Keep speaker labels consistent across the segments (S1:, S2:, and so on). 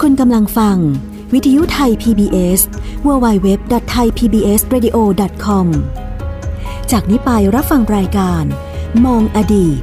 S1: คุณกำลังฟัง วิทยุไทย PBS www.thaipbsradio.com จากนี้ไปรับฟังรายการ มองอดีต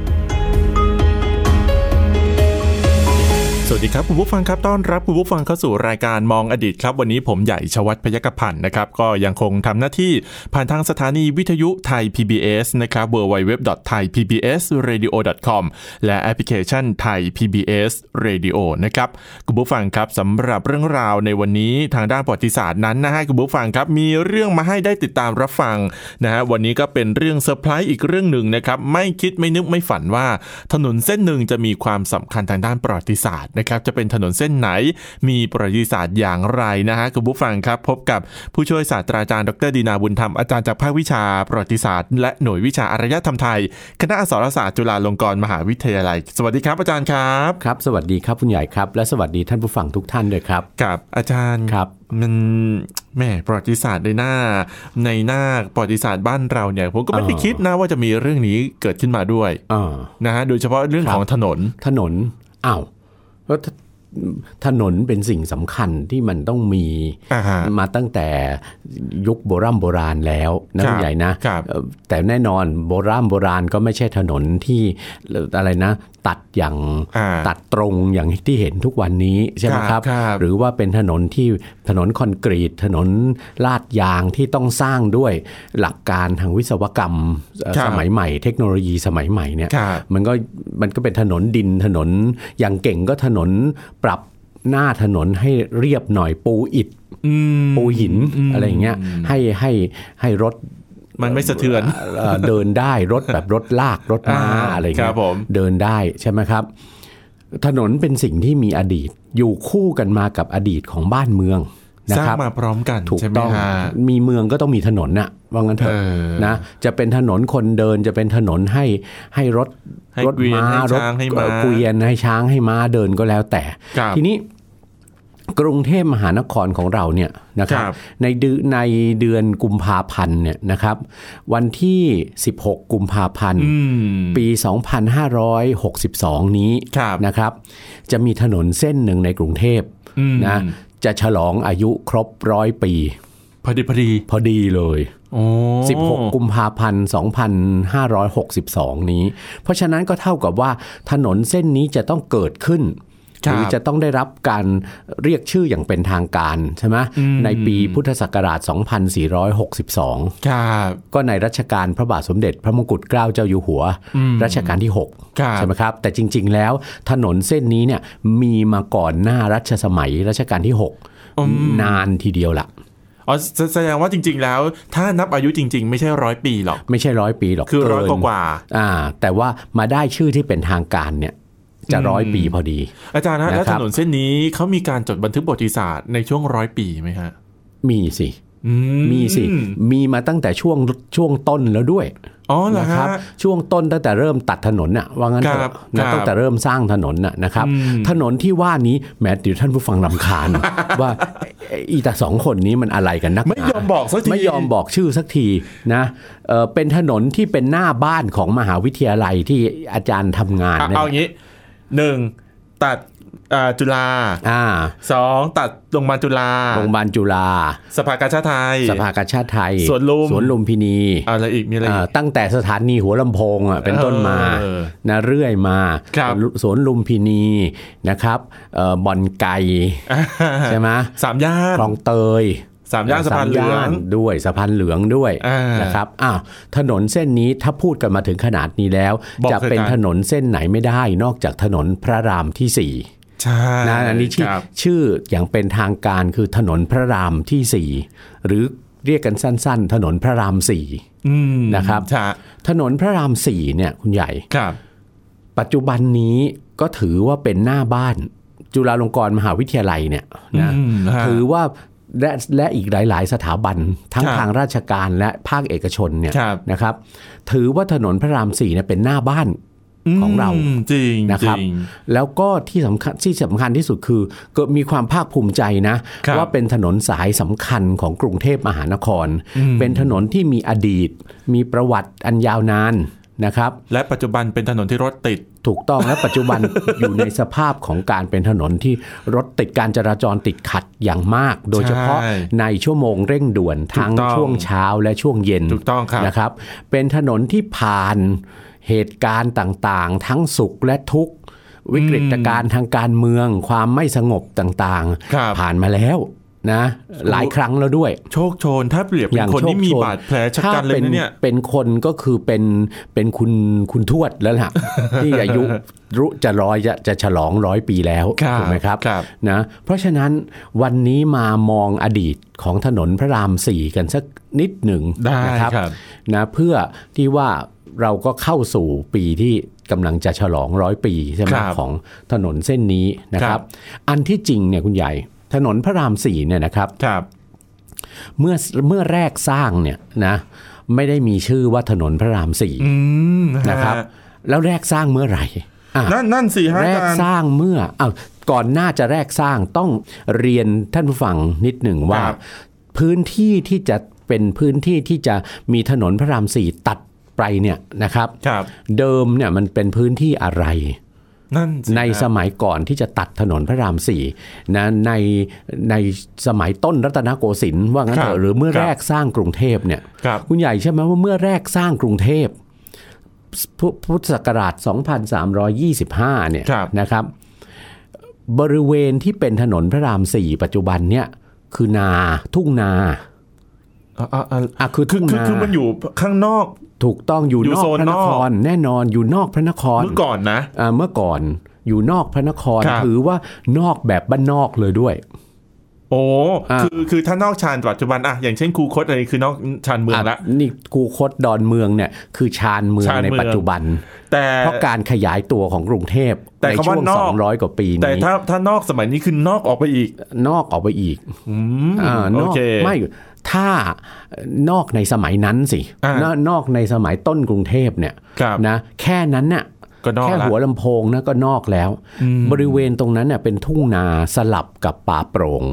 S2: สวัสดีครับคุณผู้ฟังครับต้อนรับคุณผู้ฟังเข้าสู่รายการมองอดีตครับ วันนี้ผมใหญ่ชวัฒน์พยกพันธ์นะครับ ก็ยังคงทำหน้าที่ผ่านทางสถานีวิทยุไทย PBS นะครับ www.thaipbsradio.com และแอปพลิเคชันไทย PBS Radio นะครับคุณผู้ฟังครับสำหรับเรื่องราวในวันนี้ทางด้านประวัติศาสตร์นั้นนะฮะคุณผู้ฟังครับมีเรื่องมาให้ได้ติดตามรับฟังนะฮะวันนี้ก็เป็นเรื่องเซอร์ไพรส์อีกเรื่องหนึ่งนะครับไม่คิดไม่นึกไม่ฝันว่า ถนนเส้นหนึ่งจะมีความสำคัญทางด้านประวัติศาสตร์นะครับ จะเป็นถนนเส้นไหนมีประวัติศาสตร์อย่างไรนะฮะคุณผู้ฟังครับ พบกับผู้ช่วยศาสตราจารย์ดรดีนาบุญธรรม อาจารย์จากภาควิชาประวัติศาสตร์และหน่วยวิชาอารยธรรมไทย คณะอักษรศาสตร์จุฬาลงกรณ์มหาวิทยาลัย สวัสดีครับอาจารย์ครับ
S3: ครับ สวัสดีครับคุณใหญ่ครับ และสวัสดีท่านผู้ฟังทุกท่านด้วยครับ
S2: กับอาจารย์
S3: ครับ
S2: มันแหม่ประวัติศาสตร์ในหน้า ในหน้าประวัติศาสตร์บ้านเราเนี่ยผมก็ไม่ได้คิดนะว่าจะมีเรื่องนี้เกิดขึ้นมาด้วย
S3: เออ
S2: นะฮะโดยเฉพาะเรื่อง
S3: ครั
S2: ข
S3: บ
S2: องถนน
S3: ถนนอ้าวแล้วถถนนเป็นสิ่งสำคัญที่มันต้องมี
S2: อ่าฮะ
S3: มาตั้งแต่ยุคโบราณโบราณแล้วนะครับคุณใหญ่นะครับ เอ่อแต่แน่นอนโบราณโบราณก็ไม่ใช่ถนนที่เอ่ออะไรนะ ตัดอย่าง
S2: อ่า
S3: ตัดตรงอย่างที่เห็นทุกวันนี้ใช่ไหม
S2: ค
S3: ค
S2: รั
S3: รั
S2: บบ ครับ
S3: หรือว่าเป็นถนนที่ถนนคอนกรีต ถนนลาดยางที่ต้องสร้างด้วยหลักการทางวิศวกรรมเอ่อ
S2: ครับ
S3: สมัยใหม่ เทคโนโลยีสมัยใหม่เนี่ย
S2: ครับ
S3: มันก็มันก็เป็นถนนดินถนนอย่างเก่งก็ถนนปรับหน้าถนนให้เรียบหน่อยปูอิฐ
S2: อืม
S3: ปูหิน
S2: อืม
S3: อะไรอย่างเงี้ยให้ให้ให้รถ
S2: มันไม่สะเทือน
S3: เอ่อเดินได้รถแบบรถลากรถม้า
S2: อ่า
S3: อะไรอย่าง
S2: ค
S3: เงี้
S2: รั
S3: ย
S2: บผม
S3: เดินได้ใช่ไหมครับ ถนนเป็นสิ่งที่มีอดีต อยู่คู่กันมากับอดีตของบ้านเมืองนะ
S2: สร้าง
S3: ครับ
S2: มาพร้อมกัน
S3: ถูก
S2: ใช่ไหม
S3: ต้อง
S2: ฮะ
S3: มีเมืองก็ต้องมีถนนน่ะว่างั้นเถอะ
S2: เออ
S3: นะจะเป็นถนนคนเดินจะเป็นถนนให้ให้รถ
S2: ให้
S3: รถ
S2: เกวียน
S3: ม้า
S2: ให้
S3: รถ
S2: ช้างให้ม้า
S3: เอ่อเกวียนให้ช้างให้ม้าเดินก็แล้วแต่
S2: ครับ
S3: ทีนี้กรุงเทพมหานครของเราเนี่ยนะครับ
S2: ครับ
S3: ในเดือนในเดือนกุมภาพันธ์เนี่ยนะครับ วันที่ 16 กุมภาพันธ์
S2: อืม
S3: ปี 2562 นี้
S2: ครับ
S3: นะครับ จะมีถนนเส้นหนึ่งในกรุงเทพ
S2: อืม
S3: นะจะฉลองอายุครบร้อยปี
S2: พอดีพอดี
S3: พอดีเลย
S2: โอ้
S3: 16 กุมภาพันธ์ 2562 นี้ เพราะฉะนั้นก็เท่ากับว่าถนนเส้นนี้จะต้องเกิดขึ้น
S2: ค
S3: หรื
S2: บ
S3: อจะต้องได้รับการเรียกชื่ออย่างเป็นทางการใช่ไหม
S2: อืม
S3: ในปีพุทธศักราช 2462
S2: ครับ
S3: ก็ในรัชกาลพระบาทสมเด็จพระมงกุฎเกล้าเจ้าอยู่หัว รัชกาลที่
S2: ค
S3: 6
S2: รับ
S3: ใช่ไหมครับ แต่จริง ๆ แล้วถนนเส้นนี้เนี่ยมีมาก่อนหน้ารัชสมัยรัชกาลที่ 6 นานทีเดียวละ
S2: อ๋อแสแสดงว่าจริง ๆ แล้ว ถ้านับอายุจริง ๆ ไม่ใช่ร้อยปีหรอก
S3: ไม่ใช่ร้อยปีหรอก
S2: คือร้อย
S3: เ
S2: กว่า
S3: อ่าแต่ว่ามาได้ชื่อที่เป็นทางการเนี่ยจะร้อยปีพอดี
S2: ๆอาจารย์ฮะ
S3: นะครับ
S2: แล้วถนนเส้นนี้เขามีการจดบันทึกประวัติศาสตร์ในช่วงร้อยปีไหมฮะ
S3: มีสิ
S2: อื
S3: มีสิ มีมาตั้งแต่ช่วงช่วงต้นแล้วด้วย
S2: อ๋อเหรอ
S3: นะค
S2: ฮะ
S3: รับช่วงต้นตั้งแต่เริ่มตัดถนนน่ะว่างั้นเถ
S2: ครั
S3: อะ
S2: บ
S3: นะครับ ตั้งแต่เริ่มสร้างถนนน่ะนะครับ
S2: อืม
S3: ถนนที่ว่านี้แหม้เดี๋ยวท่านผู้ฟังลำคาญ ว่าไอ้อีตาสองคนนี้มันอะไรกันนักหนา
S2: ไม่ยอมบอกสักที
S3: ไม่ยอมบอกชื่อสักทีนะเอ่อเป็นถนนที่เป็นหน้าบ้านของมหาวิทยาลัยที่อาจารย์ทำงาน
S2: อ่ะ
S3: เนี่ย
S2: เอาอย่างนี้หนึ่งตัดอ่าจุฬา
S3: อ่า
S2: สองตัดโรงพยาบาลจุฬา
S3: โรงพยาบาลจุฬา
S2: สภากาชาดไทย
S3: สภากาชาติไทย
S2: สวนลุม
S3: สวนลุมพินี
S2: อะไรอีกมีอะไรอี
S3: อ่าก ตั้งแต่สถานีหัวลำโพงอ่ะเป็นต้นมา
S2: เออ
S3: นะเรื่อยมา
S2: ครับ
S3: สวนลุมพินีนะครับเอ่อบ่อนไก่ใช่ไหม
S2: สามย่าน
S3: คลองเตย
S2: สามย่านสะพานเหลือง
S3: สมย่านด้วยสะพานเหลืองด้วย
S2: อ่าน
S3: นะครับอ้าวถนนเส้นนี้ถ้าพูดกันมาถึงขนาดนี้แล้ว
S2: บอก
S3: จะเป็น
S2: เคยกัน
S3: ถนนเส้นไหนไม่ได้ นอกจากถนนพระรามที่สี่
S2: ใช่
S3: นะอันนี้ชื่อ
S2: ครับ
S3: ชื่ออย่างเป็นทางการคือถนนพระรามที่สี่หรือเรียกกันสั้น ๆ ถนนพระรามสี่
S2: อืม
S3: นะครับ
S2: ใช่
S3: ถนนพระรามสี่เนี่ยคุณใหญ่
S2: ครับ
S3: ปัจจุบันนี้ก็ถือว่าเป็นหน้าบ้าน จุฬาลงกรณ์มหาวิทยาลัยเนี่ยนะ
S2: อืมฮะ
S3: ถือว่าและและอีกหลาย ๆ สถาบันทั้ง
S2: ครับ
S3: ทางราชการและภาคเอกชนเนี่ย
S2: ครับ
S3: นะครับ ถือว่าถนนพระรามสี่เนี่ยเป็นหน้าบ้าน ของเรา
S2: มจริง
S3: นะครับ
S2: จง
S3: แล้วก็ที่สำคัญที่สำคัญที่สุดคือเก็มีความภาคภูมิใจนะ
S2: ครับ
S3: ว่าเป็นถนนสายสำคัญของกรุงเทพมหานคร เป็นถนนที่มีอดีต มีประวัติอันยาวนาน นะครับ
S2: และปัจจุบันเป็นถนนที่รถติด
S3: ถูกต้องและปัจจุบัน อยู่ในสภาพของการเป็นถนนที่รถติดการจราจรติดขัดอย่างมาก โดยเฉพาะในชั่วโมงเร่งด่วนทั้ง
S2: ถูกต้อง
S3: ช่วงเช้าและช่วงเย็น
S2: ถูกต้องครับ
S3: นะครับ เป็นถนนที่ผ่านเหตุการณ์ต่างๆ ทั้งสุขและทุกข์ วิกฤตการณ์ทางการเมือง ความไม่สงบต่าง
S2: ครับ
S3: ผ่านมาแล้วนะหลายครั้งแล้วด้วย
S2: โชคโชนถ้าเปรียบเป็นคน
S3: โช
S2: ที่มี
S3: โช
S2: บาดแผลชะกัน
S3: ถ้า
S2: เลยนะเนี่ย
S3: เป็นคนก็คือเป็นเป็นคุณคุณทวดแล้ว ล่ะ ที่อายุรุจะร้อยจะจะฉลองร้อยปีแล้ว
S2: ครับ
S3: ถูกไหมครับ
S2: ครับ
S3: นะเพราะฉะนั้นวันนี้มามองอดีตของถนนพระรามสี่กันสักนิดหนึ่ง
S2: ได้
S3: นะครับ นะเพื่อที่ว่าเราก็เข้าสู่ปีที่กำลังจะฉลองร้อยปีใช่ไหม
S2: ครับ
S3: ของถนนเส้นนี้นะค
S2: ครั
S3: รับ บ อันที่จริงเนี่ยคุณใหญ่ถนนพระรามสี่เนี่ยนะครับ
S2: ครับ
S3: เมื่อเมื่อแรกสร้างเนี่ยนะไม่ได้มีชื่อว่าถนนพระรามสี่
S2: อืม
S3: นะครับ
S2: ฮ
S3: แล้วแรกสร้างเมื่อไหร่อ่ะ
S2: นั่นนั่นสิฮะ
S3: แร
S2: อาก จารย์
S3: สร้างเมื่ออ้าวก่อนหน้าจะแรกสร้างต้องเรียนท่านผู้ฟังนิดหนึ่งว่า
S2: ครับ
S3: พื้นที่ที่จะเป็นพื้นที่ที่จะมีถนนพระรามสี่ตัดไปเนี่ยนะครับ
S2: ครับ
S3: เดิมเนี่ยมันเป็นพื้นที่อะไร
S2: นั่นสิ
S3: ในสมัยก่อนที่จะตัดถนนพระรามสี่นะในในสมัยต้นรัตนโกสินทร์ว่างั้นเถอะหรือเมื่อแรกสร้างกรุงเทพเนี่ย
S2: ครับ
S3: คุณใหญ่ใช่ไหมว่าเมื่อแรกสร้างกรุงเทพพุพุทธศักราช 2325 เนี่ย
S2: ครับ
S3: นะครับ บริเวณที่เป็นถนนพระรามสี่ปัจจุบันเนี่ยคือนาทุ่งนา
S2: อ่ะอ่ะอ่ะ
S3: อ่ะคือ
S2: คือ
S3: ทุ่ง
S2: คือ
S3: นา
S2: คือมันอยู่ข้างนอก
S3: ถูกต้องอยู่
S2: อยู่
S3: นอก
S2: โซน
S3: พระน
S2: นอก
S3: คร แน่นอนอยู่นอกพระนคร
S2: เมื่อก่อนนะ
S3: อ่าเมื่อก่อนอยู่นอกพระนคร
S2: ครับ
S3: ถือว่านอกแบบบ้านนอกเลยด้วย
S2: โอ้
S3: อ่า
S2: คือคือถ้านอกชานปัจจุบันอะอย่างเช่นคูคตอะไรคือนอกชานเมืองละ
S3: อ่ะนี่กูคตดอนเมืองเนี่ยคือชานเมือง
S2: ชานเมือ
S3: ใน
S2: ง
S3: ปัจจุบัน
S2: แต่
S3: เพราะการขยายตัวของกรุงเทพ
S2: แต่
S3: ใน
S2: คำว่า
S3: ช่วง
S2: นอก
S3: 200 กว่าปี
S2: แต่
S3: นี้
S2: ถ้าถ้านอกสมัยนี้คือนอกออกไปอีก
S3: นอกออกไปอีก
S2: อืม
S3: อ่าน
S2: โอ
S3: อก
S2: เค
S3: ไม่ถ้านอกในสมัยนั้นสิ
S2: อ่าน
S3: นอกในสมัยต้นกรุงเทพเนี่ย
S2: ครับ
S3: นะแค่นั้นน่ะ
S2: ก็นอก
S3: แค่
S2: ละ
S3: หัวลำโพงนะก็นอกแล้ว บริเวณตรงนั้นเน่ยเป็นทุ่งนาสลับกับป่าโปร่ง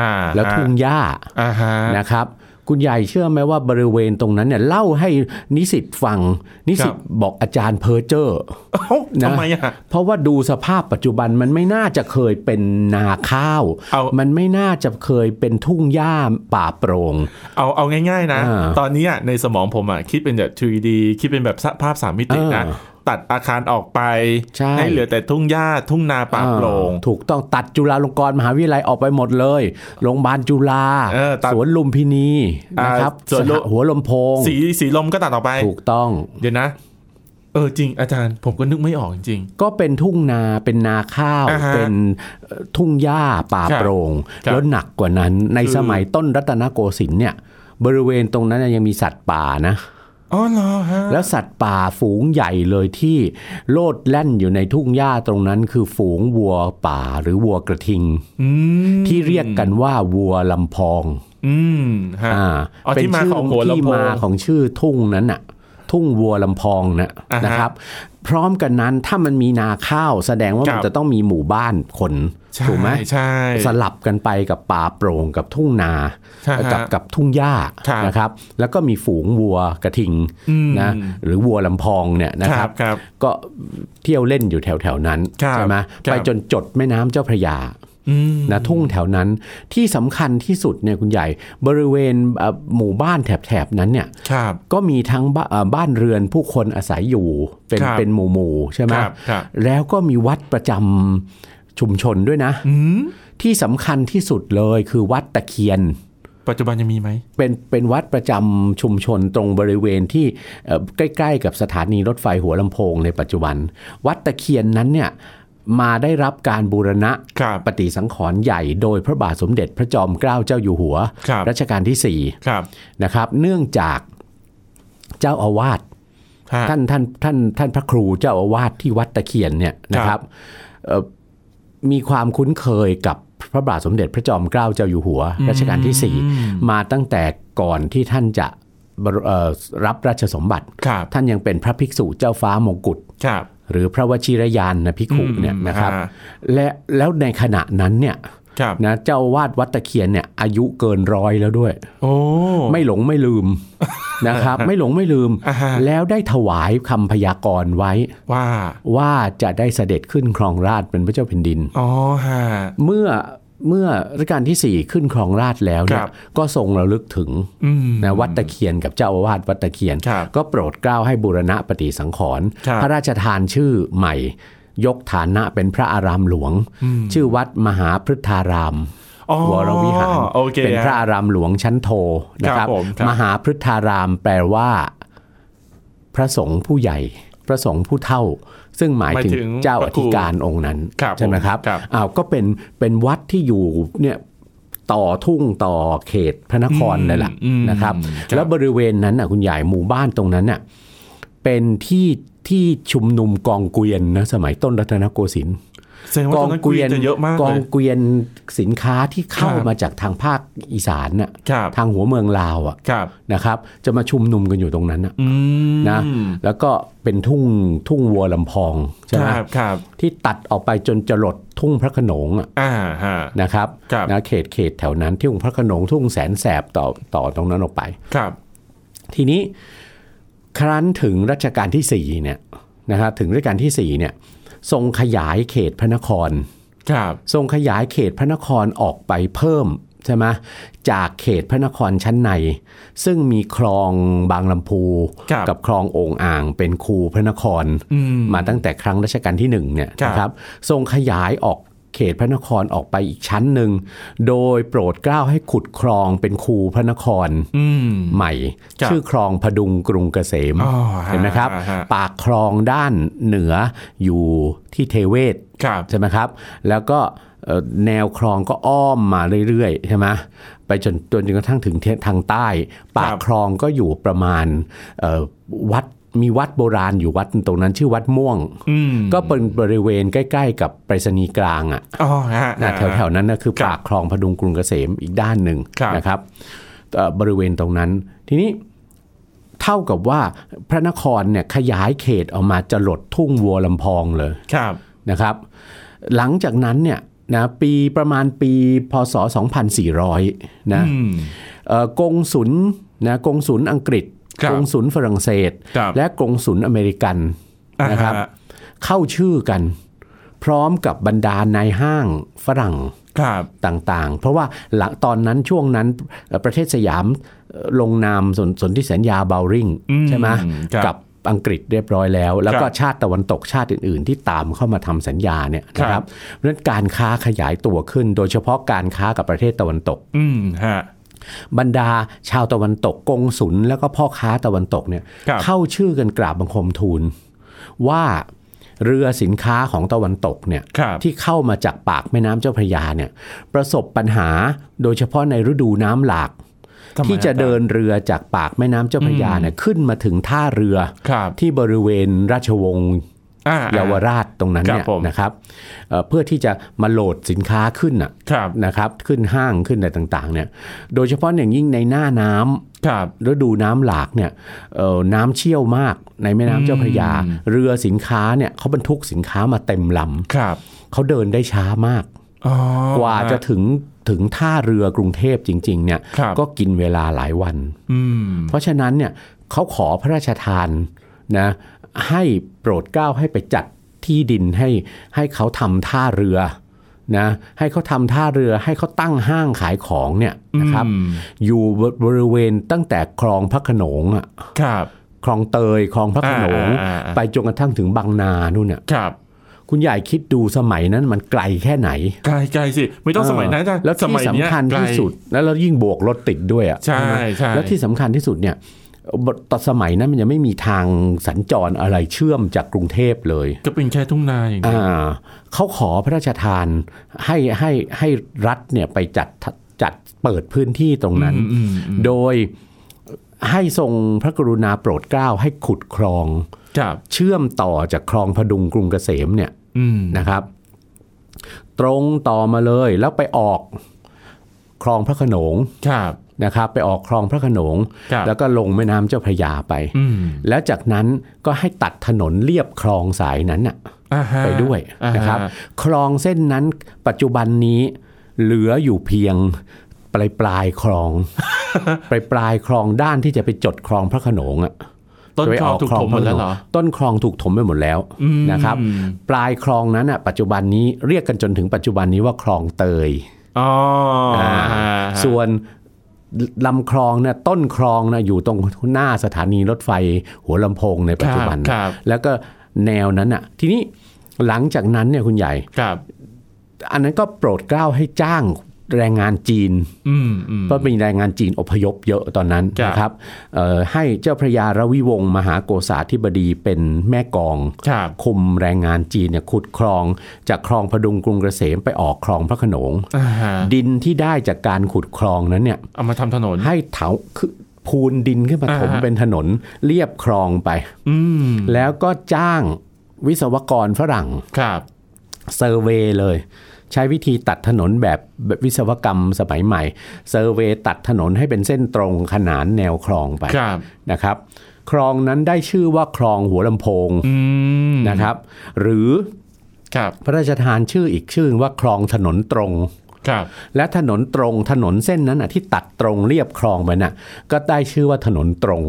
S2: อ่า
S3: แล้วทุ่งหญ้า
S2: อ่าฮะ
S3: นะครับคุณใหญ่เชื่อไหมว่าบริเวณตรงนั้นเนี่ยเล่าให้นิสิตฟัง นิสิต
S2: ครับ
S3: บอกอาจารย์เพอร์เจอร์
S2: เอ้า
S3: นะ
S2: ทำไมอ่ะ
S3: เพราะว่าดูสภาพปัจจุบันมันไม่น่าจะเคยเป็นนาข้าว
S2: เอา
S3: มันไม่น่าจะเคยเป็นทุ่งหญ้าป่าโปร่ง
S2: เอาเอาง่ายๆนะ
S3: อ่า
S2: ตอนนี้อะในสมองผมอ่ะคิดเป็นแบบ 3D คิดเป็นแบบภาพสามมิตินะ
S3: อ่า
S2: ตัดอาคารออกไป
S3: ใช่
S2: เหลือแต่ทุ่งหญ้าทุ่งนาป่าโปร่ง
S3: อ่าถูกต้องตัดจุฬาลงกรณ์มหาวิทยาลัยออกไปหมดเลย โรงพยาบาลจุฬา
S2: เออตัด
S3: สวนลุมพินีนะครับ
S2: อ่าสวนลุ
S3: หัวลำโพง
S2: สีสีลมก็ตัดออกไป
S3: ถูกต้อง
S2: เดี๋ยวนะ เออจริงอาจารย์ผมก็นึกไม่ออกจริง
S3: ก็เป็นทุ่งนาเป็นนาข้าว
S2: อ่าฮะ
S3: เป็นเอ่อทุ่งหญ้าป่า
S2: ครับ
S3: โปร่ง
S2: ครับ
S3: แล้วหนักกว่านั้นใน
S2: คือ
S3: สมัยต้นรัตนโกสินทร์เนี่ยบริเวณตรงนั้นยังมีสัตว์ป่านะ
S2: ๆอ๋อเหรอฮะ
S3: แล้วสัตว์ป่าฝูงใหญ่เลยที่โลดแล่นอยู่ในทุ่งหญ้าตรงนั้น คือฝูงวัวป่าหรือวัวกระทิง
S2: อืม
S3: ที่เรียกกันว่าวัวลำพอง
S2: อืมฮะ
S3: อ่า
S2: อ๋อ
S3: เป็น
S2: ที่มา
S3: ชื่อ
S2: ของหัวลำโพง
S3: ที่มาของชื่อทุ่งนั้นน่ะทุ่งวัวลำพองนะ
S2: อ่าฮะ
S3: นะครับ พร้อมกันนั้นถ้ามันมีนาข้าว แสดงว่า
S2: ครับ
S3: มันจะต้องมีหมู่บ้านคน
S2: ใช่
S3: ถูกไหม
S2: ใช่
S3: สลับกันไปกับป่าโปร่งกับทุ่งนา
S2: ใช่ฮะ
S3: กับกับทุ่งหญ้า
S2: ครับ
S3: นะครับ แล้วก็มีฝูงวัวกระทิง
S2: อืม
S3: นะหรือวัวลำพองเนี่ยนะ
S2: ค
S3: ค
S2: รั
S3: รั
S2: บบ ครับ
S3: ก็เที่ยวเล่นอยู่แถวแถวๆนั้น
S2: ครับ
S3: ใช่ไหม
S2: ครับ
S3: ไปจนจดแม่น้ำเจ้าพระยา
S2: อืม
S3: นะทุ่งแถวนั้นที่สำคัญที่สุดเนี่ยคุณใหญ่บริเวณเอ่อหมู่บ้านแถบๆนั้นเนี่ย
S2: ครับ
S3: ก็มีทั้งบ้าเอ่อบ้านเรือนผู้คนอาศัยอยู่เป็น
S2: ครับ
S3: เป็นหมู่หมู่ๆใช่ไหม
S2: ครับครับ
S3: แล้วก็มีวัดประจำชุมชนด้วยนะ
S2: อืม
S3: ที่สำคัญที่สุดเลยคือวัดตะเคียน
S2: ปัจจุบันยังมีไหม
S3: เป็นเป็นวัดประจำชุมชนตรงบริเวณที่เอ่อใกล้ ๆ กับสถานีรถไฟหัวลำโพงในปัจจุบัน วัดตะเคียนนั้นเนี่ยมาได้รับการบูรณะ
S2: ครับ
S3: ปฏิสังขรณ์ใหญ่โดยพระบาทสมเด็จพระจอมเกล้าเจ้าอยู่หัว
S2: ครับ
S3: ชกาลที่สี่
S2: ครับ
S3: นะครับ เนื่องจากเจ้าอาวาส
S2: ฮะ
S3: ท่านท่านท่านท่านพระครูเจ้าอาวาสที่วัดตะเคียนเนี่ยนะ
S2: ค
S3: ค
S2: รั
S3: รับ บเอ่อมีความคุ้นเคยกับพระบาทสมเด็จพระจอมเกล้าเจ้าอยู่หัว รัชกาลที่สี่
S2: อืม
S3: มาตั้งแต่ก่อนที่ท่านจะบรเอ่อรับราชสมบัติ
S2: ครับ
S3: ท่านยังเป็นพระภิกษุเจ้าฟ้ามงกุฎ
S2: ครับ
S3: หรือพระวชิรยานนะพิกขุเนี่ยนะครับ
S2: อ่า
S3: และแล้วในขณะนั้นเนี่ย
S2: ครับ
S3: นะเจ้าอาวาดวัดตะเคียนเนี่ยอายุเกินร้อยแล้วด้วย
S2: โอ้
S3: ไม่หลงไม่ลืม นะครับ ไม่หลงไม่ลืม
S2: อ่าฮะ
S3: แล้วได้ถวายคำพยากรณ์ไว้
S2: ว่า
S3: ว่าจะได้เสด็จขึ้นครองราชย์เป็นพระเจ้าแผ่นดิน
S2: อ๋อฮะ
S3: เมื่อเมื่อรัชกาลที่ 4 ขึ้นครองราชย์แล้วเนี่
S2: ครั
S3: ย
S2: บ
S3: ก็ทรงระลึกถึง
S2: อืม
S3: นะวัดตะเคียนกับเจ้าอาวาสวัดตะเคียน
S2: ครับ
S3: ก็โปรดเกล้าให้บูรณะปฏิสังขรณ์
S2: ครับ
S3: พระราชทานชื่อใหม่ ยกฐานะเป็นพระอารามหลวง
S2: อืม
S3: ชื่อวัดมหาพฤทธาราม
S2: อ๋อ
S3: วรวิหาร
S2: โอเค
S3: เป็นพระ
S2: ฮ
S3: อารามหลวงชั้นโทนะครับ
S2: ครับผมครับ
S3: มหาพฤทธารามแปลว่า พระสงฆ์ผู้ใหญ่ พระสงฆ์ผู้เท่า ซึ่งหมายถึงเจ้าอธิการองค์นั้น
S2: ครับ
S3: ใช่ไหมครับ
S2: ครับ
S3: อ้าวก็เป็นเป็นวัดที่อยู่เนี่ยต่อทุ่งต่อเขตพระนครเลยล่ะ
S2: อืม
S3: นะครับ
S2: ครับ
S3: แล้วบริเวณนั้นน่ะคุณใหญ่หมู่บ้านตรงนั้นน่ะเป็นที่ที่ชุมนุมกองเกวียนนะสมัยต้นรัตนโกสินทร์
S2: แสดงว่าตอนนั้นเกวียนจะเยอะมาก
S3: กอ
S2: เล
S3: ง
S2: ย
S3: เกวียนสินค้าที่เข้า
S2: ครับ
S3: มาจากทางภาคอีสานน่ะ
S2: ครับ
S3: ทางหัวเมืองลาวอ่ะ
S2: ครับ
S3: นะครับ จะมาชุมนุมกันอยู่ตรงนั้นน่ะ
S2: อืม
S3: นะแล้วก็เป็นทุ่งทุ่งวัวลำพองใช่
S2: ค
S3: ไหม
S2: รับครับ
S3: ที่ตัดออกไปจนจะหลดทุ่งพระโขนงอ่ะ
S2: อ่าฮะ
S3: นะครับ
S2: ครับ
S3: นะเขตเขตแถวนั้นที่ทุ่งพระโขนงทุ่งแสนแสบต่อต่อตรงนั้นออกไป
S2: ครับ
S3: ทีนี้ครั้นถึงรัชกาลที่สี่เนี่ยนะครับถึงรัชกาลที่สี่เนี่ยทรงขยายเขตพระนคร
S2: ครับ
S3: ทรงขยายเขตพระนครออกไปเพิ่มใช่ไหมจากเขตพระนครชั้นใน ซึ่งมีคลองบางลำพู
S2: ครับ
S3: กับคลองโองอ่างเป็นคูพระนคร
S2: อืม
S3: มาตั้งแต่ครั้งรัชกาลที่หนึ่งเนี่ย
S2: ครับ
S3: นะครับทรงขยายออกเขตพระนครออกไปอีกชั้นหนึ่งโดยโปรดเกล้าให้ขุดคลองเป็นคูพระนคร
S2: อืม
S3: ใหม่
S2: ครับ
S3: ชื่อคลองพดุงกรุงเกษม
S2: อ๋อฮะ
S3: เห็นไหมครับ
S2: ฮะฮะ
S3: ปากคลองด้านเหนืออยู่ที่เทเวศ
S2: ครับ
S3: ใช่ไหมครับ แล้วก็เอ่อแนวคลองก็อ้อมมาเรื่อยๆใช่ไหมไปจนจนกระทั่งถึงเททางใต้ ปากคลองก็อยู่ประมาณเอ่อวัดมีวัดโบราณอยู่วัดตรงนั้นชื่อวัดม่วง
S2: อืม
S3: ก็เป็นบริเวณใกล้ๆ กับไปรษณีย์กลางอ่ะ
S2: อ๋อฮะ
S3: นะแถวๆนั้นนะคือ
S2: ครับ
S3: ปากคลองพดุงกรุงเกษมอีกด้านหนึ่ง
S2: ครับ
S3: นะครับเอ่อบริเวณตรงนั้น ทีนี้เท่ากับว่าพระนครเนี่ยขยายเขตออกมาจะหลดทุ่งวัวลำพองเลย
S2: ครับ
S3: นะครับหลังจากนั้นเนี่ยนะปีประมาณปีพศ 2400นะ
S2: อืม
S3: เอ่อกงศุลนะกงศุลอังกฤษ
S2: ครับ
S3: กงศุลฝรั่งเศส
S2: ครับ
S3: และกงศุลอเมริกันนะครับ
S2: อ่าฮะ
S3: เข้าชื่อกัน พร้อมกับบรรดานายห้างฝรั่ง
S2: ครับ
S3: ต่างๆ เพราะว่าหลังตอนนั้นช่วงนั้นเอ่อประเทศสยามเอ่อลงนามสนสนธิสัญญาเบลริง
S2: อืม
S3: ใช่ไหม
S2: ครับ
S3: กับอังกฤษเรียบร้อยแล้ว แล้วก็
S2: ครับ
S3: ชาติตะวันตกชาติอื่น ๆ ที่ตามเข้ามาทำสัญญาเนี่ยนะ
S2: ค
S3: ค
S2: รั
S3: รับ บเพราะฉะนั้นการค้าขยายตัวขึ้น โดยเฉพาะการค้ากับประเทศตะวันตก
S2: อืมฮะ
S3: บรรดาชาวตะวันตกกงศุลแล้วก็พ่อค้าตะวันตกเนี่ย
S2: ครับ
S3: เข้าชื่อกันกราบบังคมทูล ว่าเรือสินค้าของตะวันตกเนี่ย
S2: ครับ
S3: ที่เข้ามาจากปากแม่น้ำเจ้าพระยาเนี่ยประสบปัญหาโดยเฉพาะในฤดูน้ำหลาก
S2: ทำไม
S3: ที่จะ
S2: อาจารย์
S3: เดินเรือจากปากแม่น้ำเจ้าพระยาเนี่ยขึ้นมาถึงท่าเรือ
S2: ครับ
S3: ที่บริเวณราชวงศ์
S2: อ่า
S3: เยาวราชตรงนั้นเนี่
S2: ครั
S3: ย
S2: บผม
S3: นะครับเอ่อเพื่อที่จะมาโหลดสินค้าขึ้นน่ะ
S2: ครับ
S3: นะครับขึ้นห้างขึ้นอะไรต่างๆเนี่ยโดยเฉพาะอย่างยิ่งในหน้าน้ำ
S2: ครับ
S3: ฤดูน้ำหลากเนี่ยเอ่อน้ำเชี่ยวมากในแม่น้ำเจ้าพระยา
S2: อืม
S3: เรือสินค้าเนี่ยเขาบรรทุกสินค้ามาเต็มลำ
S2: ครับ
S3: เขาเดินได้ช้ามาก
S2: อ๋อก
S3: ว่าจะถึงถึงท่าเรือกรุงเทพจริงๆเนี่ย
S2: ครับ
S3: ก็กินเวลาหลายวัน
S2: อืม
S3: เพราะฉะนั้นเนี่ยเขาขอพระราชทานนะให้โปรดเกล้าให้ไปจัดที่ดินให้ให้เขาทำท่าเรือนะให้เขาทำท่าเรือให้เขาตั้งห้างขายของเนี่ยนะครับ
S2: อืม
S3: อยู่บริเวณตั้งแต่คลองพระโขนงอะ
S2: ครับ
S3: คลองเตยคลองพระโขนง
S2: อ่าอ่าอ่า
S3: ไปจนกระทั่งถึงบางนานู่นน่ะ
S2: ครับ
S3: คุณใหญ่คิดดูสมัยนั้นมันไกลแค่ไหน
S2: ไกลไกลๆสิ ไม่ต้องสมัยนั้นอาจารย์
S3: แล้ว
S2: ส
S3: ที่
S2: มัยเนี้ย
S3: สำคัญที่
S2: ไกล
S3: สุด แล้วเรายิ่งบวกรถติดด้วยอ่ะ
S2: ใช่
S3: ไหม
S2: ใช่
S3: แล้วที่สำคัญที่สุดเนี่ยบตอนสมัยนั้นมันยังไม่มีทางสัญจรอะไรเชื่อมจากกรุงเทพเลย
S2: ก็เป็นแค่ทุ่งนาอย่างเดียว
S3: อ่าเขาขอพระราชทานให้ให้ให้รัฐเนี่ยไปจัดจัดเปิดพื้นที่ตรงนั้น
S2: อืมอืมอืม
S3: โดยให้ทรงพระกรุณาโปรดเกล้าให้ขุดคลอง
S2: ครับ
S3: เชื่อมต่อจากคลองพดุงกรุงเกษมเนี่ย
S2: อืม
S3: นะครับ ตรงต่อมาเลยแล้วไปออกคลองพระโขนง
S2: ครับ
S3: นะครับ ไปออกคลองพระโขนง
S2: ครับ
S3: แล้วก็ลงแม่น้ำเจ้าพระยาไป
S2: อืม
S3: แล้วจากนั้นก็ให้ตัดถนนเลียบคลองสายนั้นน่ะ
S2: อ่าฮะ
S3: ไปด้วย
S2: อ่าฮ
S3: นะครับ คลองเส้นนั้นปัจจุบันนี้ เหลืออยู่เพียงปลายปลายคล อง ปลายปลายคลองด้านที่จะไปจดคลองพระโขนงอะ
S2: ต้น
S3: จะไป
S2: คลองถูกถมหมดแล้วเหรอ
S3: ต้นคลองถูกถมไปหมดแล้ว
S2: อืม
S3: นะครับ ปลายคลองนั้นอะปัจจุบันนี้เรียกกันจนถึงปัจจุบันนี้ว่าคลองเตย
S2: อ๋อ
S3: อ่า
S2: ฮะ
S3: ส่วนลำคลองเนี่ยต้นคลองนะอยู่ตรงหน้าสถานีรถไฟหัวลำโพงในปัจจุบัน
S2: ครับ
S3: แล้วก็แนวนั้นอ่ะทีนี้หลังจากนั้นเนี่ยคุณใหญ่
S2: ครับ
S3: อันนั้นก็โปรดเกล้าให้จ้างแรงงานจีน
S2: อืมอืม
S3: ก็มีแรงงานจีนอพยพเยอะตอนนั้น
S2: ครับ
S3: นะครับเอ่อให้เจ้าพระยาระวิวงศ์มหาโกษาธิบดีเป็นแม่กอง
S2: ครับ
S3: คุมแรงงานจีนเนี่ยขุดคลอง จากคลองพดุงกรุงเกษมไปออกคลองพระโขนง
S2: อ่าฮะ
S3: ดินที่ได้จากการขุดคลองนั้นเนี่ย
S2: เอามาทำถนน
S3: ให้เถาคือพูนดินขึ้นมา
S2: อ่าฮะ
S3: ถมเป็นถนนเรียบคลองไป
S2: อืม
S3: แล้วก็จ้างวิศวกรฝรั่ง
S2: ครับ
S3: เซอร์เวย์เลย ใช้วิธีตัดถนนแบบแบบวิศวกรรมสมัยใหม่เซอร์เวย์ตัดถนนให้เป็นเส้นตรงขนานแนวคลองไป
S2: ครับ
S3: นะครับ คลองนั้นได้ชื่อว่าคลองหัวลำโพง
S2: อืม
S3: นะครับ หรือ
S2: ครับ
S3: พระราชทานชื่ออีกชื่อว่าคลองถนนตรง
S2: ครับ
S3: และถนนตรงถนนเส้นนั้นน่ะที่ตัดตรงเรียบคลองไปน่ะก็ได้ชื่อว่าถนนตรง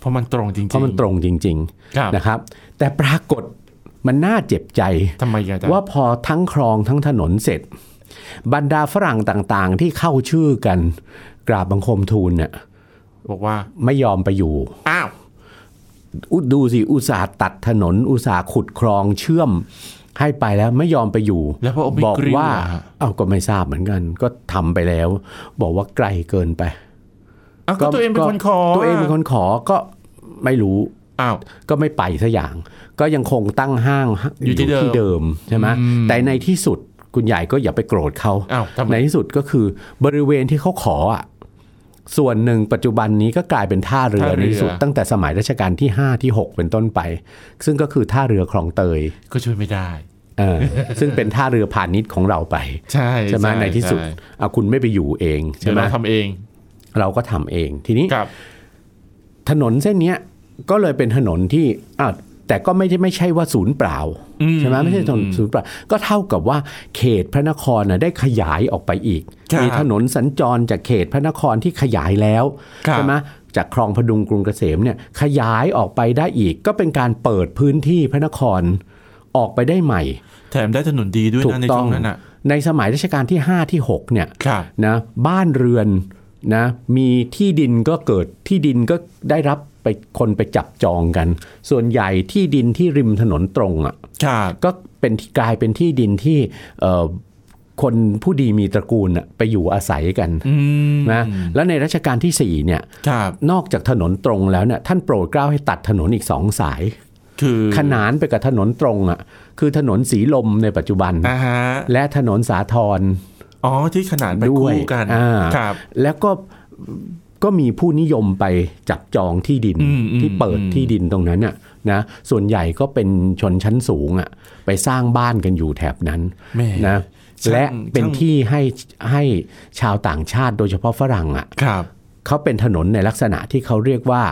S2: เพราะมันตรงจริงๆ
S3: เพราะมันตรงจริง
S2: ครับ
S3: ๆนะครับ แต่ปรากฏมันน่าเจ็บใจ
S2: ทำไมอาจารย์
S3: ว่าพอทั้งคลองทั้งถนนเสร็จ บรรดาฝรั่งต่างๆ ที่เข้าชื่อกันกราบบังคมทูลเนี่ย
S2: บอกว่า
S3: ไม่ยอมไปอยู่
S2: อ้าว
S3: อุดูสิอุตสาห์ตัดถนน อุตสาห์ขุดคลองเชื่อมให้ไปแล้วไม่ยอมไปอยู่
S2: แล้วพระองค์ไม่
S3: บอก
S2: กริ้ว
S3: ว่า
S2: เหรอฮะ
S3: เอาก็ไม่ทราบเหมือนกัน ก็ทำไปแล้ว บอกว่าไกลเกินไป
S2: อ้าวก็ตัวเองเป็นคนขอ
S3: ตัวเองเป็นคนขอก็ไม่รู้
S2: อ้าว
S3: ก็ไม่ไปสักอย่าง ก็ยังคงตั้งห้าง
S2: อยู่ที่เดิม
S3: เดิมใช่ไหม
S2: อืม
S3: แต่ในที่สุดคุณใหญ่ก็อย่าไปโกรธเขา
S2: อ้าวทำไม
S3: ในที่สุดก็คือบริเวณที่เขาขออ่ะส่วนหนึ่งปัจจุบันนี้ก็กลายเป็นท่าเรือในที่สุดตั้งแต่สมัยรัชกาลที่ 5 ที่ 6 เป็นต้นไป ซึ่งก็คือท่าเรือคลองเตย
S2: ก็ช่วยไม่ได้
S3: เออ ซึ่งเป็นท่าเรือพาณิชย์ของเราไป
S2: ใช่
S3: ใช่ไหมในที่สุด
S2: ช่
S3: เอาคุณไม่ไปอยู่เอง
S2: เดี๋
S3: ใช่
S2: ยว
S3: ไหม
S2: เราทำเอง
S3: เราก็ทำเองทีนี้
S2: ครับ
S3: ถนนเส้นเนี้ยก็เลยเป็นถนนที่อ่ะแต่ก็ไม่ใช่ไม่ใช่ว่าศูนย์เปล่า
S2: อืม
S3: ใช่ไหมไม่ใช่ถนนศูนย์เปล่า ก็เท่ากับว่าเขตพระนครนะได้ขยายออกไปอีก
S2: ครับ
S3: มีถนนสัญจรจากเขตพระนครที่ขยายแล้ว
S2: ครับ
S3: ใช่ไหมจากคลองพดุงกรุงเกษมเนี่ยขยายออกไปได้อีก ก็เป็นการเปิดพื้นที่พระนครออกไปได้ใหม่
S2: แถมได้ถนนดีด้วย
S3: ถูก
S2: นะใน
S3: ต้
S2: ช่
S3: อง
S2: วงนั้นอ่ะ
S3: ในสมัยรัชกาลที่ 5 ที่ 6 เนี่ย
S2: ครับ
S3: นะบ้านเรือนนะมีที่ดินก็เกิดที่ดินก็ได้รับไปคนไปจับจองกัน ส่วนใหญ่ที่ดินที่ริมถนนตรงอะ่ะ
S2: ครับ
S3: ก็เป็นที่กลายเป็นที่ดินที่เอ่อคนผู้ดีมีตระกูลน่ะไปอยู่อาศัยกัน
S2: อืม
S3: นะแล้วในรัชกาลที่ 4 เนี่ย
S2: ครับ
S3: นอกจากถนนตรงแล้วเนี่ยท่านโปรดเกล้าให้ตัดถนนอีกสองสาย
S2: คือ
S3: ขนานไปกับถนนตรงอะ่ะคือถนนสีลมในปัจจุบัน
S2: อ่าฮะ
S3: และถนนสาทร
S2: อ๋อที่ขนานไป
S3: ด้วย
S2: คู่กัน
S3: อ่า
S2: ครับ
S3: แล้วก็ก็มีผู้นิยมไปจับจองที่ดิน
S2: อืมอืม
S3: ที่เปิด
S2: อืม
S3: ที่ดินตรงนั้นน่ะนะส่วนใหญ่ก็เป็นชนชั้นสูงอ่ะไปสร้างบ้านกันอยู่แถบนั้น
S2: แหม่
S3: นะ
S2: ช่าง
S3: และเป็น
S2: ช่าง
S3: ที่ให้ให้ชาวต่างชาติโดยเฉพาะฝรั่งอ่ะ
S2: ครับ
S3: เขาเป็นถนนในลักษณะที่เขาเรียกว่า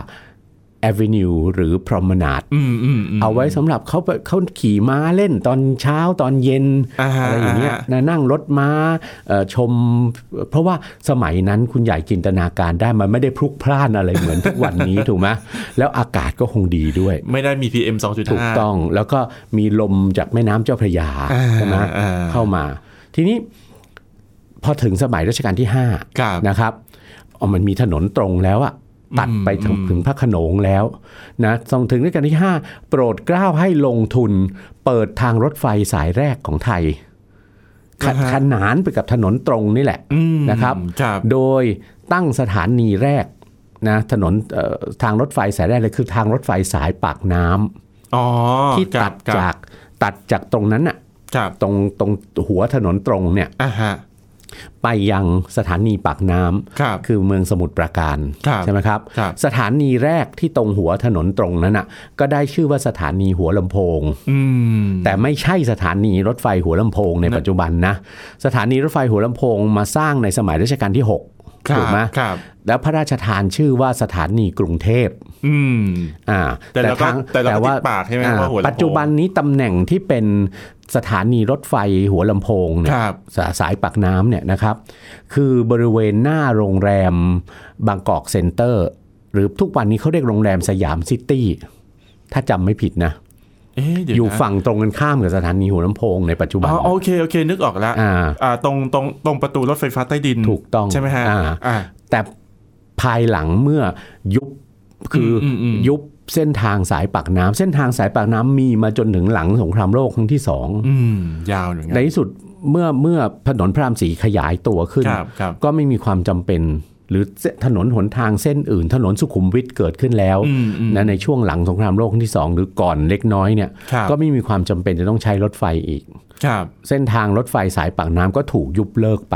S3: Avenue หรือ Promenade
S2: อืมอืมอืม
S3: เอาไว้สำหรับเขาไปเขาขี่ม้าเล่นตอนเช้าตอนเย็น
S2: อ่าฮะ
S3: อะไรอย่างเงี้ย
S2: อ่าฮะ
S3: นะนั่งรถม้าเอ่อชม เพราะว่าสมัยนั้นคุณใหญ่จินตนาการได้มันไม่ได้พลุกพล่านอะไรเหมือนทุกวันนี้ ถู กไหมแล้วอากาศก็คงดีด้วย
S2: ไม่ได้มี PM 2.5
S3: ถูกต้องแล้วก็มีลมจากแม่น้ำเจ้าพระยา
S2: อ่า
S3: ใช่ไหม
S2: อ่า
S3: เข้ามา ทีนี้พอถึงสมัยรัชกาลที่ 5
S2: ครับ
S3: นะครับเอามันมีถนนตรงแล้วอะตัดไปถึงถึงพระโขนงแล้วนะส่งถึงด้วยกันที่ 5 โปรดเกล้าให้ลงทุน เปิดทางรถไฟสายแรกของไทยขะ
S2: อ่าฮะ
S3: ขนานไปกับถนนตรงนี่แหละ
S2: อืม
S3: นะครับ
S2: ครับ
S3: โดยตั้งสถานีแรกนะถนนเอ่อทางรถไฟสายแรกเลยคือทางรถไฟสายปากน้ำ
S2: อ๋อ
S3: ที่
S2: ครั
S3: ตั
S2: บ
S3: ดจากตัดจากตรงนั้นอะ
S2: ครับ
S3: ตรงตรงหัวถนนตรงเนี่ย
S2: อ่าฮะ
S3: ไปยังสถานีปากน้ำ
S2: ครับ
S3: คือเมืองสมุทรปราการ
S2: ครับ
S3: ใช่ไหมครับ
S2: ครับ
S3: สถานีแรกที่ตรงหัวถนนตรงนั้นอ่ะก็ได้ชื่อว่าสถานีหัวลำโพง
S2: อืม
S3: แต่ไม่ใช่สถานีรถไฟหัวลำโพงในปัจจุบันนะสถานีรถไฟหัวลำโพงมาสร้างในสมัยรัชกาลที่
S2: ค
S3: 6
S2: รับ
S3: ถูกไหม
S2: ครับ
S3: แล้วพระราชทานชื่อว่าสถานีกรุงเทพ
S2: อืม
S3: อ่า
S2: แต่เราก็แต่เราก็ติดปากใช่ไหมว่าหัวลำโพง
S3: ปัจจุบันนี้ตำแหน่งที่เป็น สถานีรถไฟหัวลำโพงเนี่ย
S2: ครับ
S3: สาสายปากน้ำเนี่ยนะครับ คือบริเวณหน้าโรงแรมบางกอกเซ็นเตอร์ หรือทุกวันนี้เขาเรียกโรงแรมสยามซิตี้ถ้าจำไม่ผิดนะ
S2: เอ๊ะเดี๋ยวนะ
S3: อยู่ฝั่งตรงกันข้ามกับสถานีหัวลำโพงในปัจจุบัน
S2: อ๋อโอเคโอเคนึกออกแล้ว
S3: อ่า
S2: อ่าตรงตรงตรงประตูรถไฟฟ้าใต้ดิน
S3: ถูกต้อง
S2: ใช่ไหมฮะ
S3: อ่า
S2: อ่า
S3: แต่ภายหลังเมื่อยุบคืออ
S2: มอืม
S3: ยุบเส้นทางสายปากน้ำเส้นทางสายปากน้ำมีมาจนถึงหลังสงครามโลกครั้งที่สอง
S2: อืมยาวอย่างเงี้
S3: ใน
S2: ย
S3: ที่สุดเมื่อเมื่อถนนพระรามสีขยายตัวขึ้น
S2: ครับครับ
S3: ก็ไม่มีความจำเป็น หรือเส้นถนนหนทางเส้นอื่น ถนนสุขุมวิทเกิดขึ้นแล้ว
S2: อืมอืม
S3: นะในช่วงหลังสงครามโลกครั้งที่สองหรือก่อนเล็กน้อยเนี่ย
S2: ครับ
S3: ก็ไม่มีความจำเป็นจะต้องใช้รถไฟอีก
S2: ครับ
S3: เส้นทางรถไฟสายปากน้ำก็ถูกยุบเลิกไป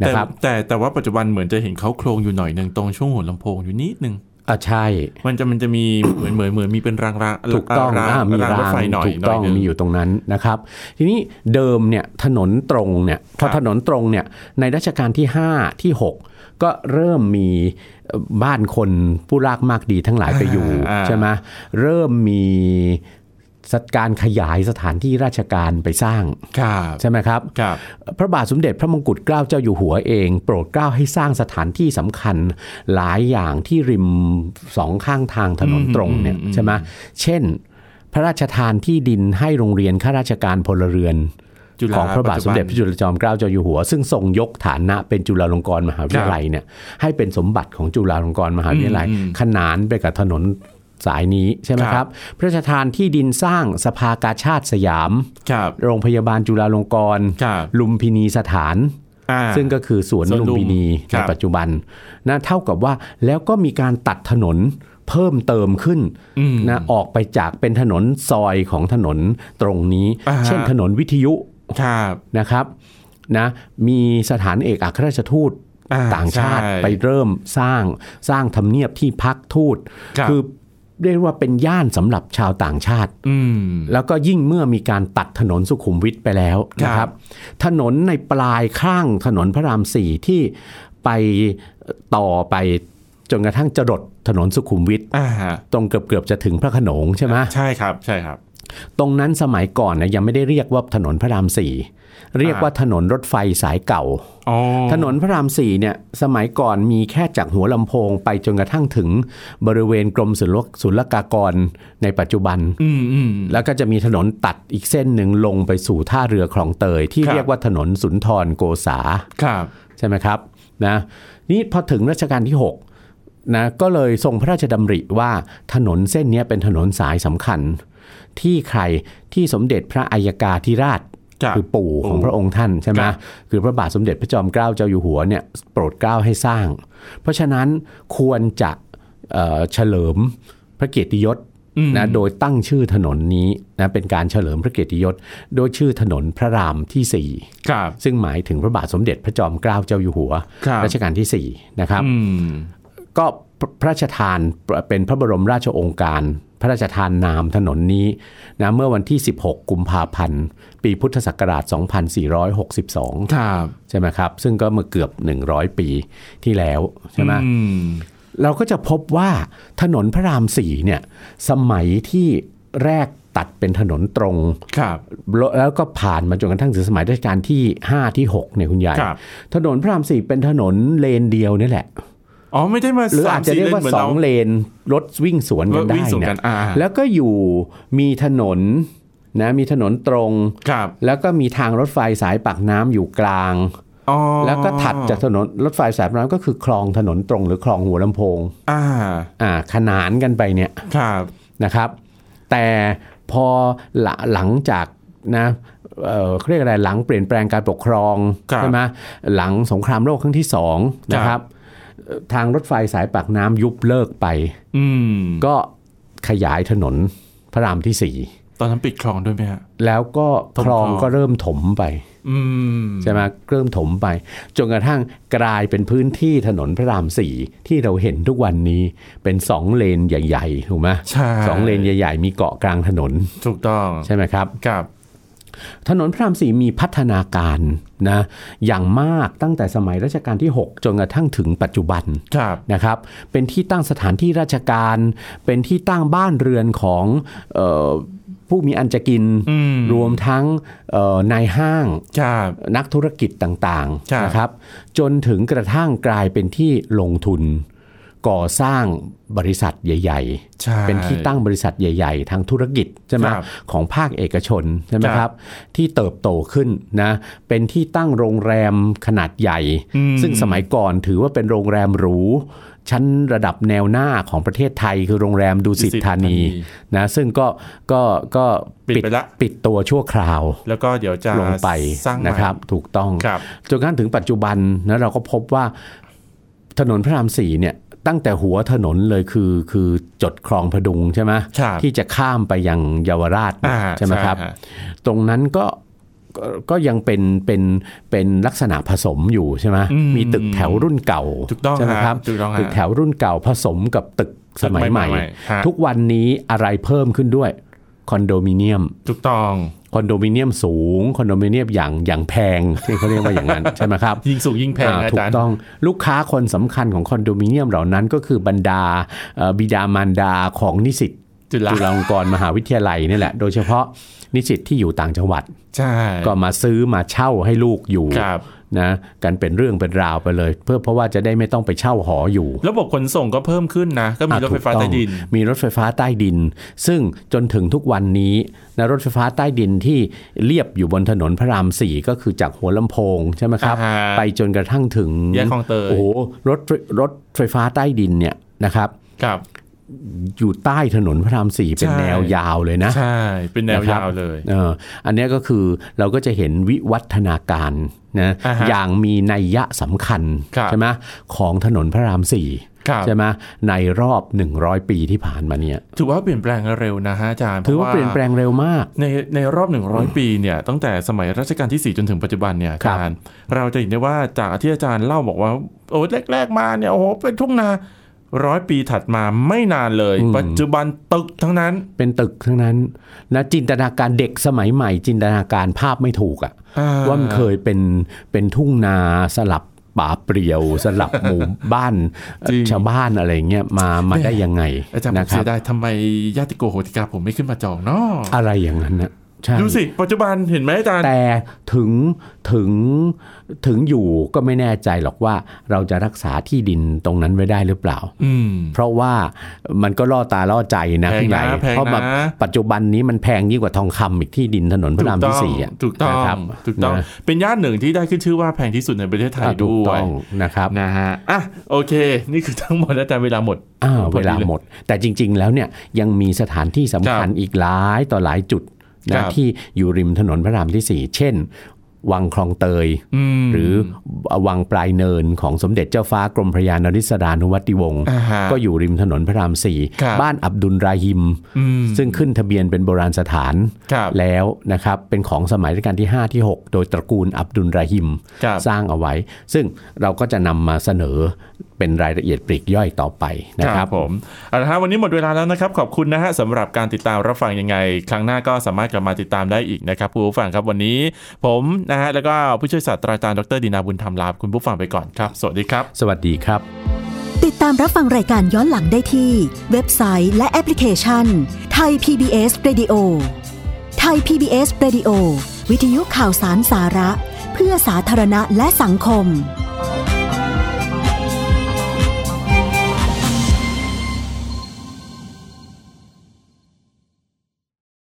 S3: นะ
S2: แต่
S3: ครับ
S2: แต่แต่ว่าปัจจุบันเหมือนจะเห็นเขาโครงอยู่หน่อยหนึ่งตรงช่วงหัวลำโพงอยู่นิดหนึ่ง
S3: อ่ะใช่
S2: มันจะมันจะมี เหมือนเหมือนเหมือนมีเป็นรางราง
S3: ถูกต้อง
S2: ราง
S3: อ่ามี
S2: ราง
S3: ราร
S2: ถ
S3: ง
S2: ไฟหน่อย
S3: ถูกต้อง
S2: หน่ยหนึ่
S3: มีอยู่ตรงนั้นนะครับ ทีนี้เดิมเนี่ยถนนตรงเนี่ยพ
S2: ครั
S3: อบ ถนนตรงเนี่ยในรัชกาลที่ 5 ที่ 6 ก็เริ่มมีเอ่อบ้านคนผู้รากมากดีทั้งหลายไปอยู่
S2: อ่า
S3: ใช่ไหมเริ่มมีสการขยายสถานที่ราชการไปสร้าง
S2: ครับ
S3: ใช่ไหมครับ
S2: ครับ
S3: พระบาทสมเด็จพระมงกุฎเกล้าเจ้าอยู่หัวเอง โปรดเกล้าให้สร้างสถานที่สำคัญหลายอย่างที่ริมสองข้างทางถนนตรงเนี่ย
S2: อืม
S3: ใช่ไหมเช่น พระราชทานที่ดินให้โรงเรียนข้าราชการพลเรือน
S2: จุฬ
S3: ของพระบาทสมเด็จพระจุลจอมเกล้าเจ้าอยู่หัว ซึ่งทรงยกฐานะเป็นจุฬาลงกรณ์มหาวิทยาลัยเนี่ยให้เป็นสมบัติของจุฬาลงกรณ์มหาวิทยาลัย ขนานไปกับถนนสายนี้ใช่ไหมครับ พระราชทานที่ดินสร้างสภากาชาติสยาม
S2: ครับ
S3: โรงพยาบาลจุฬาลงกรณ์
S2: ครับ
S3: ลุมพินีสถาน
S2: อ่า
S3: ซึ่งก็คือสวน
S2: สวนลุ
S3: ลุ
S2: ม
S3: มพินี
S2: ครั
S3: ใน
S2: บ
S3: ปัจจุบันนะเท่ากับว่าแล้วก็มีการตัดถนนเพิ่มเติมขึ้น
S2: อืม
S3: นะออกไปจากเป็นถนนซอยของถนนตรงนี้
S2: อ่าฮะ
S3: เช่นถนนวิทยุ
S2: ครับ
S3: นะครับนะมีสถานเอกอัครราชทูต
S2: อ่
S3: ต่างชาติ
S2: ใ
S3: ไปเริ่มสร้างสร้างทำเนียบที่พักทูต
S2: ครับ
S3: อเรียกว่าเป็นย่านสำหรับชาวต่างชาติ
S2: อืม
S3: แล้วก็ยิ่งเมื่อมีการตัดถนนสุขุมวิทไปแล้วนะ
S2: ค
S3: ค
S2: รั
S3: รับ บ ถนนในปลายข้างถนนพระรามสี่ที่ไปต่อไปจนกระทั่งจรดถนนสุขุมวิท
S2: อ่าฮะ
S3: ตรงเกือบเกือบๆจะถึงพระโขนงใช่ไหม
S2: ใช่ครับใช่ครับ
S3: ตรงนั้นสมัยก่อนนะยังไม่ได้เรียกว่าถนนพระรามสี่เรียกว่าถนนรถไฟสายเก่า
S2: อ๋อ
S3: ถนนพระรามสี่เนี่ยสมัยก่อนมีแค่จากหัวลำโพงไปจนกระทั่งถึงบริเวณกรมศุลกศุลกากรในปัจจุบัน
S2: อืมอืม
S3: แล้วก็จะมีถนนตัดอีกเส้นหนึ่งลงไปสู่ท่าเรือคลองเตย ที่
S2: ครับ
S3: เรียกว่าถนนสุนทรโกษา
S2: ครับ
S3: ใช่ไหมครับนะนี่พอถึงรัชกาลที่6นะก็เลยทรงพระราชดำริว่าถนนเส้นเนี้ยเป็นถนนสายสำคัญ ที่ใครที่สมเด็จพระอัยกาธิราช
S2: ครับ
S3: คือปู่ของพระองค์ท่านใช่ไหม
S2: ครับ
S3: คือพระบาทสมเด็จพระจอมเกล้าเจ้าอยู่หัวเนี่ยโปรดเกล้าให้สร้าง เพราะฉะนั้นควรจะเอ่อเฉลิมพระเกียรติยศนะโดยตั้งชื่อถนนนี้นะเป็นการเฉลิมพระเกียรติยศ โดยชื่อถนนพระรามทีสี่
S2: ครับ
S3: 4 ซึ่งหมายถึงพระบาทสมเด็จพระจอมเกล้าเจ้าอยู่หัว
S2: ครับ
S3: รัชกาลทีสี่4นะครับ
S2: อืม
S3: ก็พระราชทานเป็นพระบรมราชโองการ พระราชทานนามถนนนี้นะเมื่อวันที่ 16 กุมภาพันธ์ ปีพุทธศักราช 2462
S2: ครับ
S3: ใช่ไหมครับ ซึ่งก็เมื่อเกือบ 100 ปีที่แล้วใช่ไหม
S2: อืม
S3: เราก็จะพบว่าถนนพระรามสี่เนี่ยสมัยที่แรกตัดเป็นถนนตรง
S2: ครับ
S3: แล้วก็ผ่านมาจนกระทั่งถึงสมัยรัชกาลที่ 5 ที่ 6 เนี่ยคุณใหญ่
S2: ครับ
S3: ถนนพระรามสี่เป็นถนนเลนเดียวนี่แหละ
S2: อ๋อไม่ได้มา
S3: หรือ
S2: ส
S3: อาจ
S2: ม
S3: จะ
S2: สี่
S3: เรียกว่า
S2: หมืน
S3: สอง
S2: ร
S3: เลนรถวิ่งสวนกันได้
S2: วิ่งสวน
S3: เนี่
S2: กั
S3: ย
S2: นอ่า
S3: แล้วก็อยู่มีถนนนะมีถนนตรง
S2: ครับ
S3: แล้วก็มีทางรถไฟสายปากน้ำอยู่กลาง
S2: อ๋อ
S3: แล้วก็ถัดจากถนนรถไฟสายปากน้ำก็คือคลองถนนตรงหรือคลองหัวลำโพง
S2: อ่า
S3: อ่าขนานกันไปเนี่ย
S2: ครับ
S3: นะครับ แต่พอหลหลังจากนะเอ่อเขาเรียกอะไรหลังเปลี่ยนแปลงการปกครอง
S2: ครับ
S3: ใช่ไหมหลังสงครามโลกครั้งที่สองนะ
S2: ค
S3: ค
S2: รั
S3: รับ บเอ่อทางรถไฟสายปากน้ำยุบเลิกไป
S2: อืม
S3: ก็ขยายถนนพระรามที่สี่
S2: ตอนนั้นปิดคลองด้วยไหมฮะ
S3: แล้วก็
S2: ถม
S3: คลอง
S2: คลอง
S3: ก็เริ่มถมไป
S2: อืม
S3: ใช่ไหมเริ่มถมไป จนกระทั่งกลายเป็นพื้นที่ถนนพระรามสี่ที่เราเห็นทุกวันนี้เป็นสองเลนใหญ่ๆถูกไหม
S2: ใช่
S3: สองเลนใหญ่ ๆ มีเกาะกลางถนน
S2: ถูกต้อง
S3: ใช่ไหมครับ
S2: ครับ
S3: ถนนพระรามสี่มีพัฒนาการนะอย่างมากตั้งแต่สมัยรัชกาลที่ 6 จนกระทั่งถึงปัจจุบัน
S2: ครับ
S3: นะครับเป็นที่ตั้งสถานที่ราชการ เป็นที่ตั้งบ้านเรือนของเออ ผู้มีอันจะกิน
S2: อืม
S3: รวมทั้งเอ่อนายห้าง
S2: ครับ
S3: นักธุรกิจต่าง
S2: ครับ
S3: ๆนะครับจนถึงกระทั่งกลายเป็นที่ลงทุน ก่อสร้างบริษัทใหญ่
S2: ใช่
S3: ๆ เป็นที่ตั้งบริษัทใหญ่ ๆ ทางธุรกิจใช่ไหม
S2: ครับ
S3: ของภาคเอกชนใช่ไหม
S2: ครับ
S3: ครับที่เติบโตขึ้นนะเป็นที่ตั้งโรงแรมขนาดใหญ่
S2: อืม
S3: ซึ่งสมัยก่อนถือว่าเป็นโรงแรมหรู ชั้นระดับแนวหน้าของประเทศไทยคือโรงแรมดุสิตธานีนะซึ่งก็ก็ก็
S2: ปิดไปละ
S3: ปิดตัวชั่วคราว
S2: แล้วก็เดี๋ยวจะ
S3: ลงไป
S2: สร้างใหม่
S3: นะครับถูกต้อง
S2: ครับ
S3: จนกระทั่งถึงปัจจุบันนะเราก็พบว่าถนนพระรามสี่เนี่ยตั้งแต่หัวถนนเลยคือคือจดคลองพดุงใช่ไหม
S2: ครับ
S3: ที่จะข้ามไปยังเยาวราช
S2: อ่า
S3: ใช่ไหมครับ
S2: ฮะ
S3: ตรงนั้นก็ก็ก็ยังเป็นเป็นเป็นลักษณะผสมอยู่ใช่ไหม
S2: อืม
S3: มีตึกแถวรุ่นเก่า
S2: ถูกต้อง
S3: ใช่ไหมครับ
S2: ฮะถูกต้องฮะ
S3: ตึกแถวรุ่นเก่าผสมกับตึกสมัยใหม่
S2: ตึกใหม่ๆฮะ
S3: ทุกวันนี้อะไรเพิ่มขึ้นด้วยคอนโดมิเนียม
S2: ถูกต้อง
S3: คอนโดมิเนียมสูงคอนโดมิเนียมอย่างอย่างแพงที่เขาเรียกว่าอย่าง นั้น ใช่ไหมครับ
S2: ยิ่งสูงยิ่งแพง
S3: อ่า
S2: นะอา
S3: ถู
S2: จาก รย์
S3: ต้องลูกค้าคนสำคัญของคอนโดมิเนียมเหล่านั้นก็คือบรรดาเอ่อบิดามารดาของนิสิต
S2: จุฬา
S3: ลงกรณ์มหาวิทยาลัยนี่แหละ โดยเฉพาะนิสิตที่อยู่ต่างจังหวัด
S2: ใช่
S3: ก็มาซื้อมาเช่าให้ลูกอยู่
S2: ครับ
S3: นะกันเป็นเรื่องเป็นราวไปเลย เพื่อเพราะว่าจะได้ไม่ต้องไปเช่าหออยู่
S2: ระบบขนส่งก็เพิ่มขึ้นนะ ก็มีรถไฟฟ้า
S3: อ่ะ
S2: ใต้
S3: ถูกอง
S2: ดิน
S3: มีรถไฟฟ้าใต้ดิน ซึ่งจนถึงทุกวันนี้นะรถไฟฟ้าใต้ดินที่เรียบอยู่บนถนนพระรามสี่ก็คือจากหัวลำโพงใช่ไหมครับ
S2: อ่าฮะ
S3: ไปจนกระทั่งถึง
S2: แยกคลองเตย
S3: โอ้โหรถรถไฟฟ้าใต้ดินเนี่ยนะครับ
S2: ครับ
S3: อยู่ใต้ถนนพระรามสี่เป็น
S2: ใช่
S3: แนวยาวเลยนะ
S2: ใช่ เป็นแนว
S3: นะครับ
S2: ยาวเลย
S3: เอออันเนี้ยก็คือเราก็จะเห็นวิวัฒนาการนะ
S2: อ่าฮะ
S3: อย่างมีนัยยะสำคัญ
S2: ครับ
S3: ใช่ไหมของถนนพระรามสี่
S2: ครับ
S3: ใช่ไหมในรอบ 100 ปีที่ผ่านมาเนี่ย
S2: ถือว่าเปลี่ยนแปลงเร็วนะฮะอาจารย์
S3: ถือว่าเปลี่ยนแปลงเร็วมาก
S2: ในในรอบ 100 ปีเนี่ยตั้งแต่สมัยรัชกาลที่ 4 จนถึงปัจจุบันเนี่ยอา
S3: ครับ
S2: จารย์เราจะเห็นได้ว่าจากที่อาจารย์เล่าบอกว่า โอ้แรก ๆ มาเนี่ยโอ้โหเป็นทุ่งนาร้อยปีถัดมาไม่นานเลย ปัจจุบันตึกทั้งนั้น
S3: เป็นตึกทั้งนั้นนะจินตนาการเด็กสมัยใหม่ จินตนาการภาพไม่ถูกอะ
S2: อ่า
S3: ว่ามันเคยเป็นเป็นทุ่งนาสลับป่าเปลี่ยว สลับหมู่บ้าน
S2: จริง
S3: ชาวบ้านอะไรเงี้ยมามาได้ยังไง
S2: อาจารย์ผ
S3: นะ
S2: ม
S3: ครั
S2: เสี
S3: บ
S2: ยดายทำไมญาติโกโหติกาผมไม่ขึ้นมาจองเนาะ
S3: อะไรอย่างนั้นนะใช่
S2: ดูสิ ปัจจุบันเห็นไหมอาจารย์
S3: แต่ถึงถึงถึงอยู่ก็ไม่แน่ใจหรอกว่าเราจะรักษาที่ดินตรงนั้นไว้ได้หรือเปล่า
S2: อืม
S3: เพราะว่ามันก็ล่อตาล่อใจนะ
S2: แพงนะ
S3: พี่ใหญ่
S2: แพงนะ
S3: เพราะแบบปัจจุบันนี้มันแพงยิ่งกว่าทองคำอีกที่ดินถนนพระรามที่สี่ะ
S2: ถูกต้อง
S3: นะครับ
S2: ถูกต้อง
S3: นะ
S2: เป็นย่านหนึ่งที่ได้ขึ้นชื่อว่าแพงที่สุดในประเทศไทย
S3: อ่ะถู
S2: ด้ว
S3: กต้
S2: ย
S3: องนะครับ
S2: นะฮะอ่ะโอเค นี่คือทั้งหมดแล้วอาจารย์เวลาหมด
S3: อ่าเวลาหมด แต่จริง ๆ แล้วเนี่ยยังมีสถานที่สำคัญอีกหลายต่อหลายจุด
S2: ครั
S3: นะ
S2: บ
S3: ที่อยู่ริมถนนพระรามที่สี่เช่น วังคลองเตย
S2: อืม
S3: หรือวังปลายเนินของสมเด็จเจ้าฟ้ากรมพระยานริศรานุวัติวงศ์
S2: อ่าฮะ
S3: ก็อยู่ริมถนนพระรามสี่
S2: ครับ
S3: บ้านอับดุลราฮิม
S2: อืม
S3: ซึ่งขึ้นทะเบียนเป็นโบราณสถาน
S2: ครับ
S3: แล้วนะครับ เป็นของสมัยรัชกาลที่ 5 ที่ 6 โดยตระกูลอับดุลราฮิม
S2: ครับ
S3: สร้างเอาไว้ ซึ่งเราก็จะนำมาเสนอเป็นรายละเอียดปลีกย่อยต่อไปนะ
S2: ค
S3: ค
S2: รั
S3: รั
S2: บบ ผมเอาละฮะวันนี้หมดเวลาแล้วนะครับ ขอบคุณนะฮะสำหรับการติดตามรับฟังยังไง ครั้งหน้าก็สามารถกลับมาติดตามได้อีกนะครับผู้ฟังครับวันนี้ ผมนะฮะแล้วก็ผู้ช่วยศาสตราจารย์ดรดินาบุญธรรมลาคุณผู้ฟังไปก่อนครับ สวัสดีครับ
S3: สวัสดีครับ
S1: ติดตามรับฟังรายการย้อนหลังได้ที่ เว็บไซต์และแอปพลิเคชันไทย PBS Radio ไทย PBS Radio วิทยุข่าวสารสาระ เพื่อสาธารณะและสังคม